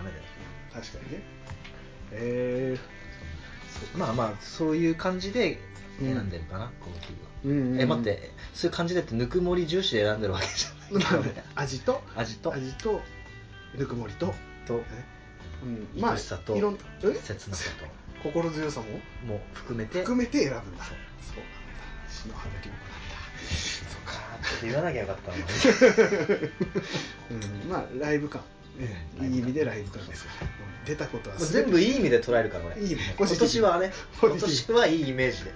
Speaker 1: 確かにねえ
Speaker 2: まあまあそういう感じで
Speaker 1: うん
Speaker 2: 選んでるかな、このキ
Speaker 1: ー、
Speaker 2: ーは
Speaker 1: うんうんうん
Speaker 2: え待ってそういう感じでってぬくもり重視で選んでるわけじゃない
Speaker 1: なんで味と
Speaker 2: 味と
Speaker 1: 味とぬくもりと、ね
Speaker 2: と
Speaker 1: うん、
Speaker 2: 愛しさと
Speaker 1: いろんえ
Speaker 2: 切なさ
Speaker 1: 心強さも
Speaker 2: とも含めて
Speaker 1: 含めて選ぶんだ
Speaker 2: そう
Speaker 1: そうなんだ篠原涼子なんだそう
Speaker 2: あ
Speaker 1: か
Speaker 2: ーちょっと言わなきゃよかったな
Speaker 1: うん、まあライブ感、
Speaker 2: え
Speaker 1: いい意味でライブ感ですから、うん出たことは
Speaker 2: もう
Speaker 1: 全
Speaker 2: 全
Speaker 1: 部
Speaker 2: 部いい意味で捉えるから俺
Speaker 1: いいね
Speaker 2: 今年はね
Speaker 1: ポ
Speaker 2: 今
Speaker 1: ジティブ
Speaker 2: 年はいいイメージで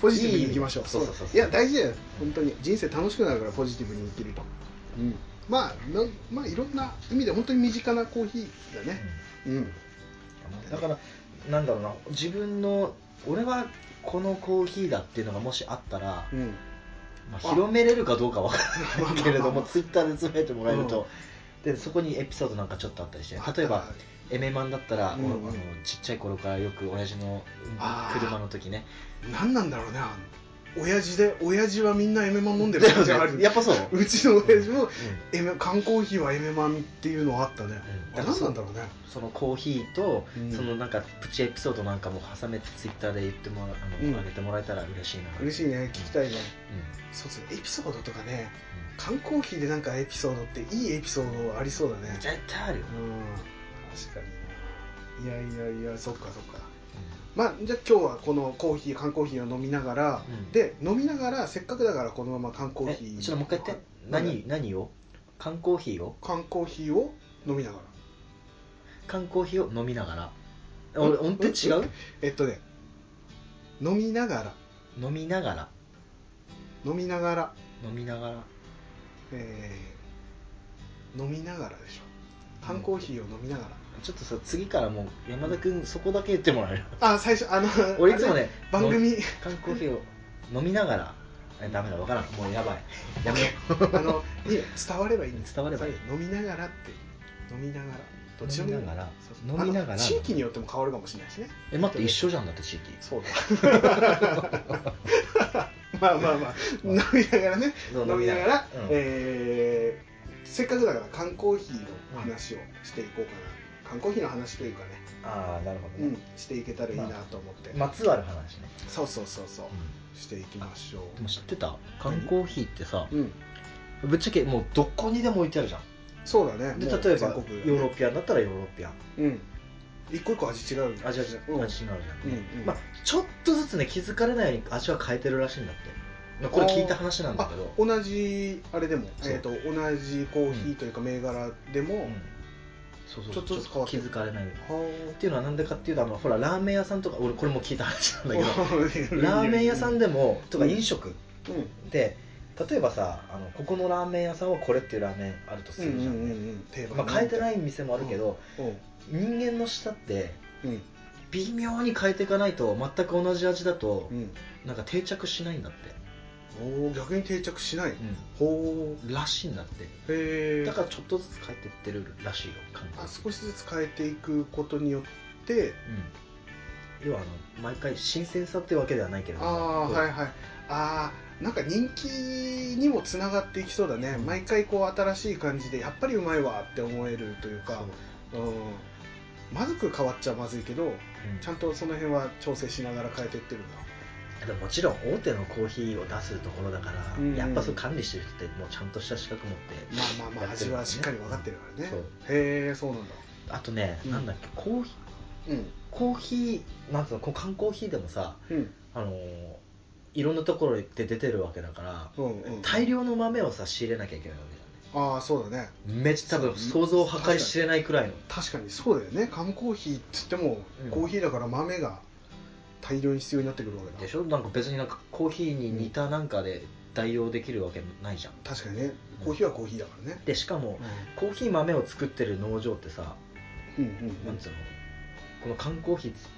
Speaker 1: ポジティブにいきましょう
Speaker 2: いいそうそうそうそう
Speaker 1: や大事だよ本当に人生楽しくなるからポジティブに生きると、うん、まあなまあいろんな意味で本当に身近なコーヒーだねうん
Speaker 2: だからなんだろうな自分の俺はこのコーヒーだっていうのがもしあったら、
Speaker 1: うん
Speaker 2: まあ広めれるかどうかわからないけれど
Speaker 1: まあまあ
Speaker 2: もツイッターで詰めてもらえる
Speaker 1: うん
Speaker 2: と、でそこにエピソードなんかちょっとあったりして例えばエメマンだったら、
Speaker 1: うん
Speaker 2: 俺あのちっちゃい頃からよく親父の
Speaker 1: あー
Speaker 2: 車の時ね
Speaker 1: 何なんだろうねあの親父で親父はみんなエメマン飲んでる感じあ る
Speaker 2: やっぱそう、うん
Speaker 1: うちの親父もエメ缶コーヒーはエメマンっていうのはあったね、
Speaker 2: うん
Speaker 1: あ何なんだろうね
Speaker 2: そのコーヒーと、
Speaker 1: うん
Speaker 2: そのなんかプチエピソードなんかも挟めてツイッターで言ってもらあの、
Speaker 1: うん
Speaker 2: あげてもらえたら嬉しいな
Speaker 1: 嬉しいね聞きたいね
Speaker 2: うん
Speaker 1: そうそうエピソードとかね缶コーヒーでなんかエピソードっていいエピソードありそうだ
Speaker 2: うん
Speaker 1: ね
Speaker 2: 絶対あるよ
Speaker 1: う、ん確かにいやいやいやそっかそっかまあじゃあ今日はこのコーヒー缶コーヒーを飲みながら、
Speaker 2: うん
Speaker 1: で飲みながらせっかくだからこのまま缶コーヒー
Speaker 2: えちょっともう一回言って何何を缶コーヒーを
Speaker 1: 缶コーヒーを飲みながら
Speaker 2: 缶コーヒーを飲みながら
Speaker 1: うん
Speaker 2: 俺音程違う
Speaker 1: えっとね飲みながら
Speaker 2: 飲みながら
Speaker 1: 飲みながら
Speaker 2: 飲みながら
Speaker 1: えー飲みながらでしょ缶コーヒーを飲みながら、
Speaker 2: ちょっとさ次からもう山田君そこだけ言ってもらえる
Speaker 1: あ最初あの
Speaker 2: 俺いつもね
Speaker 1: あれ番 組
Speaker 2: 缶コーヒーを飲みながらえダメだわからんもうやばいやめよう
Speaker 1: あのいいよ伝わればいいんです
Speaker 2: 伝わればいい
Speaker 1: 飲みながらって飲みながらどっちでもいい
Speaker 2: 飲みながら
Speaker 1: そうそう
Speaker 2: 飲みながら
Speaker 1: あの地域によっても変わるかもしれないしね
Speaker 2: え待って一緒じゃんだって 地域
Speaker 1: そうだ まあまあ まあ飲みながらね
Speaker 2: そう
Speaker 1: 飲みながら、
Speaker 2: うん
Speaker 1: えーせっかくだから缶コーヒーの話をしていこうかな缶コーヒーの話というかね、
Speaker 2: ああなるほど
Speaker 1: う
Speaker 2: ね
Speaker 1: ん、していけたらいいなと思って、
Speaker 2: まつわる話ね
Speaker 1: そうそうそうそう、していきましょ
Speaker 2: でも知ってた缶コーヒーってさ
Speaker 1: ううん
Speaker 2: ぶっちゃけもうどこにでも置いてあるじゃん
Speaker 1: そうだね
Speaker 2: で
Speaker 1: もう
Speaker 2: 例えば
Speaker 1: 全
Speaker 2: ヨ
Speaker 1: 国
Speaker 2: ーロッピアンだったらヨーロッピアン
Speaker 1: うん一個一個味違う
Speaker 2: 味は
Speaker 1: うん
Speaker 2: 味違うじゃん、
Speaker 1: うんうん
Speaker 2: まあ、ちょっとずつね気づかれないように味は変えてるらしいんだってまあこれ聞いた話なんだけど
Speaker 1: あ同じあれでも、
Speaker 2: そう
Speaker 1: えー、と同じコーヒーというか銘柄でも、
Speaker 2: うんそうそう
Speaker 1: ちょっとずつ変わって
Speaker 2: 気
Speaker 1: る
Speaker 2: づかれないっ
Speaker 1: は
Speaker 2: ていうのはなんでかっていうとあのほらラーメン屋さんとか俺これも聞いた話なんだ けど
Speaker 1: ー
Speaker 2: ラーメン屋さん
Speaker 1: で、
Speaker 2: でもとか飲食
Speaker 1: うん
Speaker 2: で例えばさあのここのラーメン屋さんはこれっていうラーメンあるとす
Speaker 1: うん
Speaker 2: る
Speaker 1: うん
Speaker 2: じゃ
Speaker 1: うんん
Speaker 2: ね、
Speaker 1: うん、定
Speaker 2: まあ、変えてないい店もあるけど、
Speaker 1: う
Speaker 2: 人間の舌って
Speaker 1: んうん
Speaker 2: 微妙に変えていかないと全く同じ味だと
Speaker 1: うん
Speaker 2: なんか定着しないんだって、
Speaker 1: おー逆に定着しない、ほ
Speaker 2: らしいんだって
Speaker 1: うへえ
Speaker 2: だからちょっとずつ変えてってるらしいよ感覚
Speaker 1: あ少しずつ変えていくことによって
Speaker 2: うん、要はあの毎回新鮮さってわけではないけれど
Speaker 1: あ
Speaker 2: も
Speaker 1: あ
Speaker 2: こう
Speaker 1: はいはいああなんか人気にもつながっていきそうだね、
Speaker 2: うん
Speaker 1: 毎回こう新しい感じでやっぱりうまいわって思えるという
Speaker 2: そう
Speaker 1: かう、ん、まずく変わっちゃまずいけど
Speaker 2: うん
Speaker 1: ちゃんとその辺は調整しながら変えていってるんだ
Speaker 2: でももちろん大手のコーヒーを出すところだから、
Speaker 1: うん
Speaker 2: やっぱそう管理してる人ってもうちゃんとした資格持って
Speaker 1: まあまあまあ
Speaker 2: やって
Speaker 1: 味
Speaker 2: るからね
Speaker 1: はしっかり分かってるからね
Speaker 2: そう
Speaker 1: へえそうなんだ
Speaker 2: あとね、
Speaker 1: うん
Speaker 2: なんだっけコーヒー
Speaker 1: うん
Speaker 2: コーヒーなんつうのこう缶コーヒーでもさ
Speaker 1: うん
Speaker 2: あのーいろんなところで出てるわけだから、
Speaker 1: うんうん
Speaker 2: 大量の豆をさ仕入れなきゃいけないわけだ
Speaker 1: ああそうだね
Speaker 2: ねめっちゃ多分
Speaker 1: そう
Speaker 2: 想像を破壊しれないくらいの
Speaker 1: 確かにそうだよね缶コーヒーっつっても、
Speaker 2: うん
Speaker 1: コーヒーだから豆が大量に必要になってくるわけだ
Speaker 2: でしょなんか別になんかコーヒーに似たなんかで代用できるわけないじゃん
Speaker 1: 確かにねコーヒーはコーヒーだからね、
Speaker 2: でしかもコーヒー豆を作ってる農場ってさ、
Speaker 1: うん、うんうんう
Speaker 2: なんんつうのこの缶コーヒーつ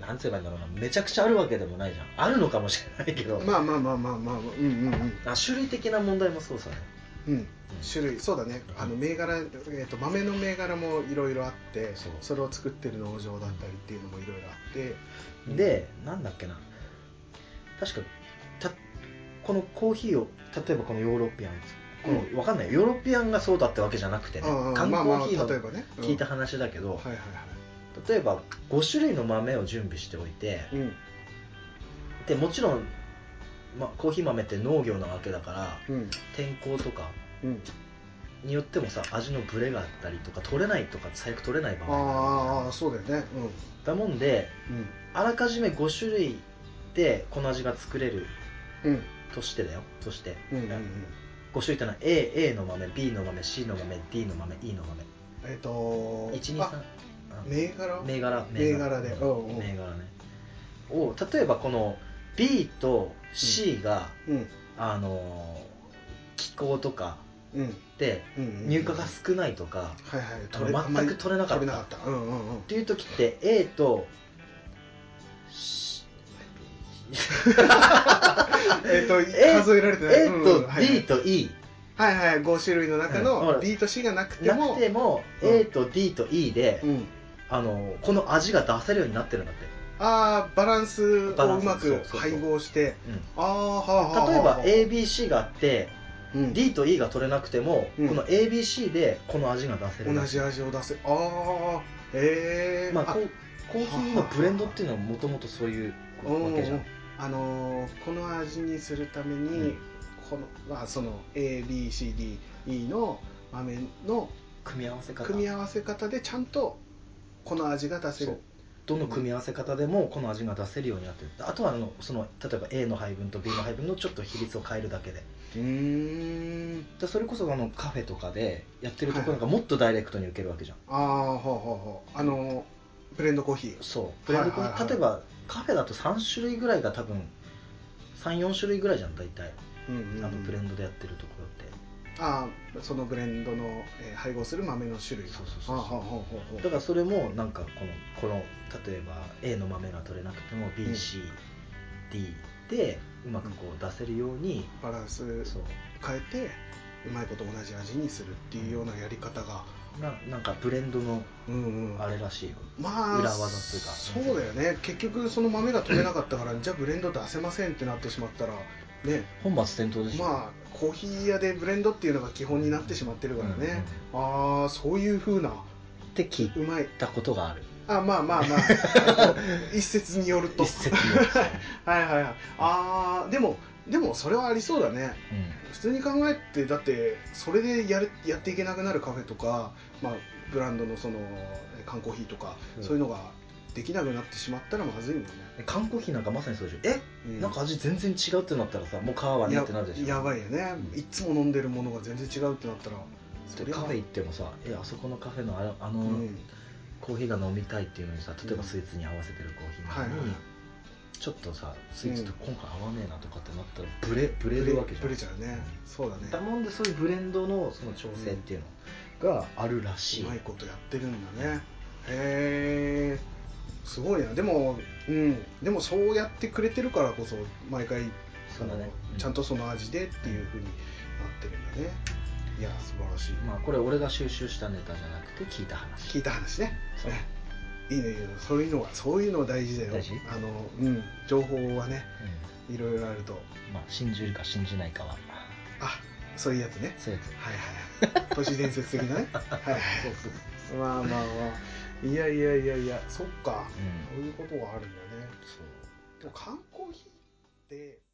Speaker 2: なんつえばいいんだろうなめちゃくちゃあるわけでもないじゃんあるのかもしれないけど、
Speaker 1: まあまあまあまあまあ、うんうんうん
Speaker 2: あ、種類的な問題もそうさね
Speaker 1: うん、種類そうだねあの銘柄、えー、と豆の銘柄もいろいろあって
Speaker 2: そう
Speaker 1: それを作ってる農場だったりっていうのもいろいろあってうん
Speaker 2: で、なんだっけな確かたこのコーヒーを例えばこのヨーロピアンこの、
Speaker 1: う
Speaker 2: わかんないヨーロピアンがそうだってわけじゃなくてね
Speaker 1: うんうん
Speaker 2: 缶コ
Speaker 1: まあまあ
Speaker 2: ーヒーの
Speaker 1: 例えばねうん
Speaker 2: 聞いた話だけど、
Speaker 1: はいはいは
Speaker 2: 例えば5種類の豆を準備しておいて
Speaker 1: いうん
Speaker 2: でもちろん、ま、コーヒー豆って農業なわけだから
Speaker 1: うん
Speaker 2: 天候とか
Speaker 1: うん
Speaker 2: によってもさ味のブレがあったりとか取れないとか最悪取れない場合があ
Speaker 1: あ
Speaker 2: る
Speaker 1: あそうだよね
Speaker 2: だもんで
Speaker 1: うん
Speaker 2: あらかじめ5種類でこの味が作れる
Speaker 1: うんうん
Speaker 2: としてだよとして、
Speaker 1: うんうんうん
Speaker 2: 5種類ってのは A, A の豆 B の豆 C の豆 D の豆 E の豆
Speaker 1: えっ、と
Speaker 2: 123
Speaker 1: あ銘柄
Speaker 2: 銘柄
Speaker 1: 銘柄でうんうん
Speaker 2: 銘柄ねを例えばこの B と C が、
Speaker 1: うん
Speaker 2: あのー気候とか
Speaker 1: うん
Speaker 2: で
Speaker 1: うんうん
Speaker 2: 入荷が少ないとか、
Speaker 1: はいはい
Speaker 2: あの全く取れなかった
Speaker 1: 取れなかったうんうんうん
Speaker 2: っていう時って A と C
Speaker 1: えっと
Speaker 2: え
Speaker 1: 数えられてない
Speaker 2: A
Speaker 1: うんう
Speaker 2: と
Speaker 1: んはい
Speaker 2: D と E
Speaker 1: はいはいはい5種類の中
Speaker 2: うんほら
Speaker 1: の D と C がなくて
Speaker 2: なく
Speaker 1: も
Speaker 2: ても
Speaker 1: うん
Speaker 2: A と D と E で
Speaker 1: うん
Speaker 2: あのこの味が出せるようになってるんだって
Speaker 1: ああバランス
Speaker 2: バ
Speaker 1: を
Speaker 2: ラン
Speaker 1: う
Speaker 2: ス
Speaker 1: まく
Speaker 2: そうそうそう
Speaker 1: 配合してああはあはあ
Speaker 2: 例えば
Speaker 1: はあ
Speaker 2: ABC があって
Speaker 1: うん
Speaker 2: D と E が取れなくてもこ
Speaker 1: うん
Speaker 2: の ABC でこの味が出せる
Speaker 1: 同じ味を出すああへえ
Speaker 2: まあコーコーヒーのブレンドっていうのはもともとそういうわけじゃん
Speaker 1: あのーこの味にするために、
Speaker 2: うん
Speaker 1: このまあその ABCDE の豆の
Speaker 2: 組み合わせ方
Speaker 1: 組み合わせ方でちゃんとこの味が出せ
Speaker 2: そう
Speaker 1: る
Speaker 2: どの組み合わせ方でもこの味が出せるようになってるあとはあのその例えば A の配分と B の配分のちょっと比率を変えるだけで
Speaker 1: うーん
Speaker 2: でそれこそあのカフェとかでやってるところなんかもっとダイレクトに受けるわけじゃん、
Speaker 1: ああほうほうほうあのーブレンドコーヒー
Speaker 2: そうブレンドコーヒ
Speaker 1: は
Speaker 2: ー、
Speaker 1: いはいはい
Speaker 2: 例えばカフェだと3種類ぐらいが多分34種類ぐらいじゃん大体
Speaker 1: うんうん
Speaker 2: あ
Speaker 1: うん
Speaker 2: のブレンドでやってるところって、
Speaker 1: あーそのブレンドの、えー配合する豆の種類
Speaker 2: そうそうそうそう
Speaker 1: あーほうほうほうほう
Speaker 2: だからそれもなんかこのこの例えば A の豆が取れなくても
Speaker 1: うん
Speaker 2: BCD でうまくこう出せるように、
Speaker 1: バランス
Speaker 2: そう
Speaker 1: 変えてうまいこと同じ味にするっていうようなやり方が、
Speaker 2: ななんかブレンドの
Speaker 1: うんうん、
Speaker 2: あれらしいよ、
Speaker 1: まあ
Speaker 2: 裏技という
Speaker 1: そ
Speaker 2: か
Speaker 1: うだよね結局その豆が取れなかったからじゃあブレンド出せませんってなってしまったらね
Speaker 2: 本末転倒でしょ、
Speaker 1: まあコーヒー屋でブレンドっていうのが基本になってしまってるからね、ああそういう風な
Speaker 2: って聞いう
Speaker 1: まい
Speaker 2: たことが ある
Speaker 1: あまあまあ まあえっと一説によると
Speaker 2: 一説によると
Speaker 1: はいはいはいあーでもでもそれはありそうだね
Speaker 2: うん
Speaker 1: 普通に考えてだってそれでやるやっていけなくなるカフェとか、まあ、ブランドのそのえー缶コーヒーとか、
Speaker 2: うん
Speaker 1: そういうのができなくなってしまったらまずいもんね
Speaker 2: 缶コーヒーなんかまさにそうでしょえ、
Speaker 1: うん
Speaker 2: なんか味全然違うってなったらさもう買わねえ
Speaker 1: や
Speaker 2: ってなるでしょ
Speaker 1: やばいよねいつも飲んでるものが全然違うってなったらそ
Speaker 2: で
Speaker 1: れは
Speaker 2: カフェ行ってもさえあそこのカフェのあのあの、
Speaker 1: うん
Speaker 2: コーヒーが飲みたいっていうのにさ例え
Speaker 1: うん
Speaker 2: ばスイーツに合わせてるコーヒ
Speaker 1: はい
Speaker 2: ーなのに、ちょっとさスイーツと今回合わねえなとかってなったらブレブレるわけじゃん
Speaker 1: ブレちゃうねそうだね
Speaker 2: だもんでそういうブレンドのその調整っていうのがあるらしい、
Speaker 1: うまいことやってるんだねへえすごいなでもうんでもそうやってくれてるからこそ毎回
Speaker 2: そうだね
Speaker 1: あの
Speaker 2: うん
Speaker 1: ちゃんとその味でっていうふうになってるんだねいや素晴らしい、
Speaker 2: まあこれ俺が収集したネタじゃなくて聞いた話
Speaker 1: 聞いた話ね
Speaker 2: そう
Speaker 1: ねいいねいいねそういうのがそういうのが大事だよ
Speaker 2: 大事
Speaker 1: あのうん情報はね
Speaker 2: う
Speaker 1: いろいろあると
Speaker 2: んまあ信じるか信じないかは
Speaker 1: あそういうやつね
Speaker 2: そういうやつ
Speaker 1: はいはいはい都市伝説的 なねはいはい
Speaker 2: そうそう
Speaker 1: まあまあまあいやいやいやいやそっか、
Speaker 2: うん
Speaker 1: そういうことがあるんだね
Speaker 2: そう
Speaker 1: でも缶コーヒーって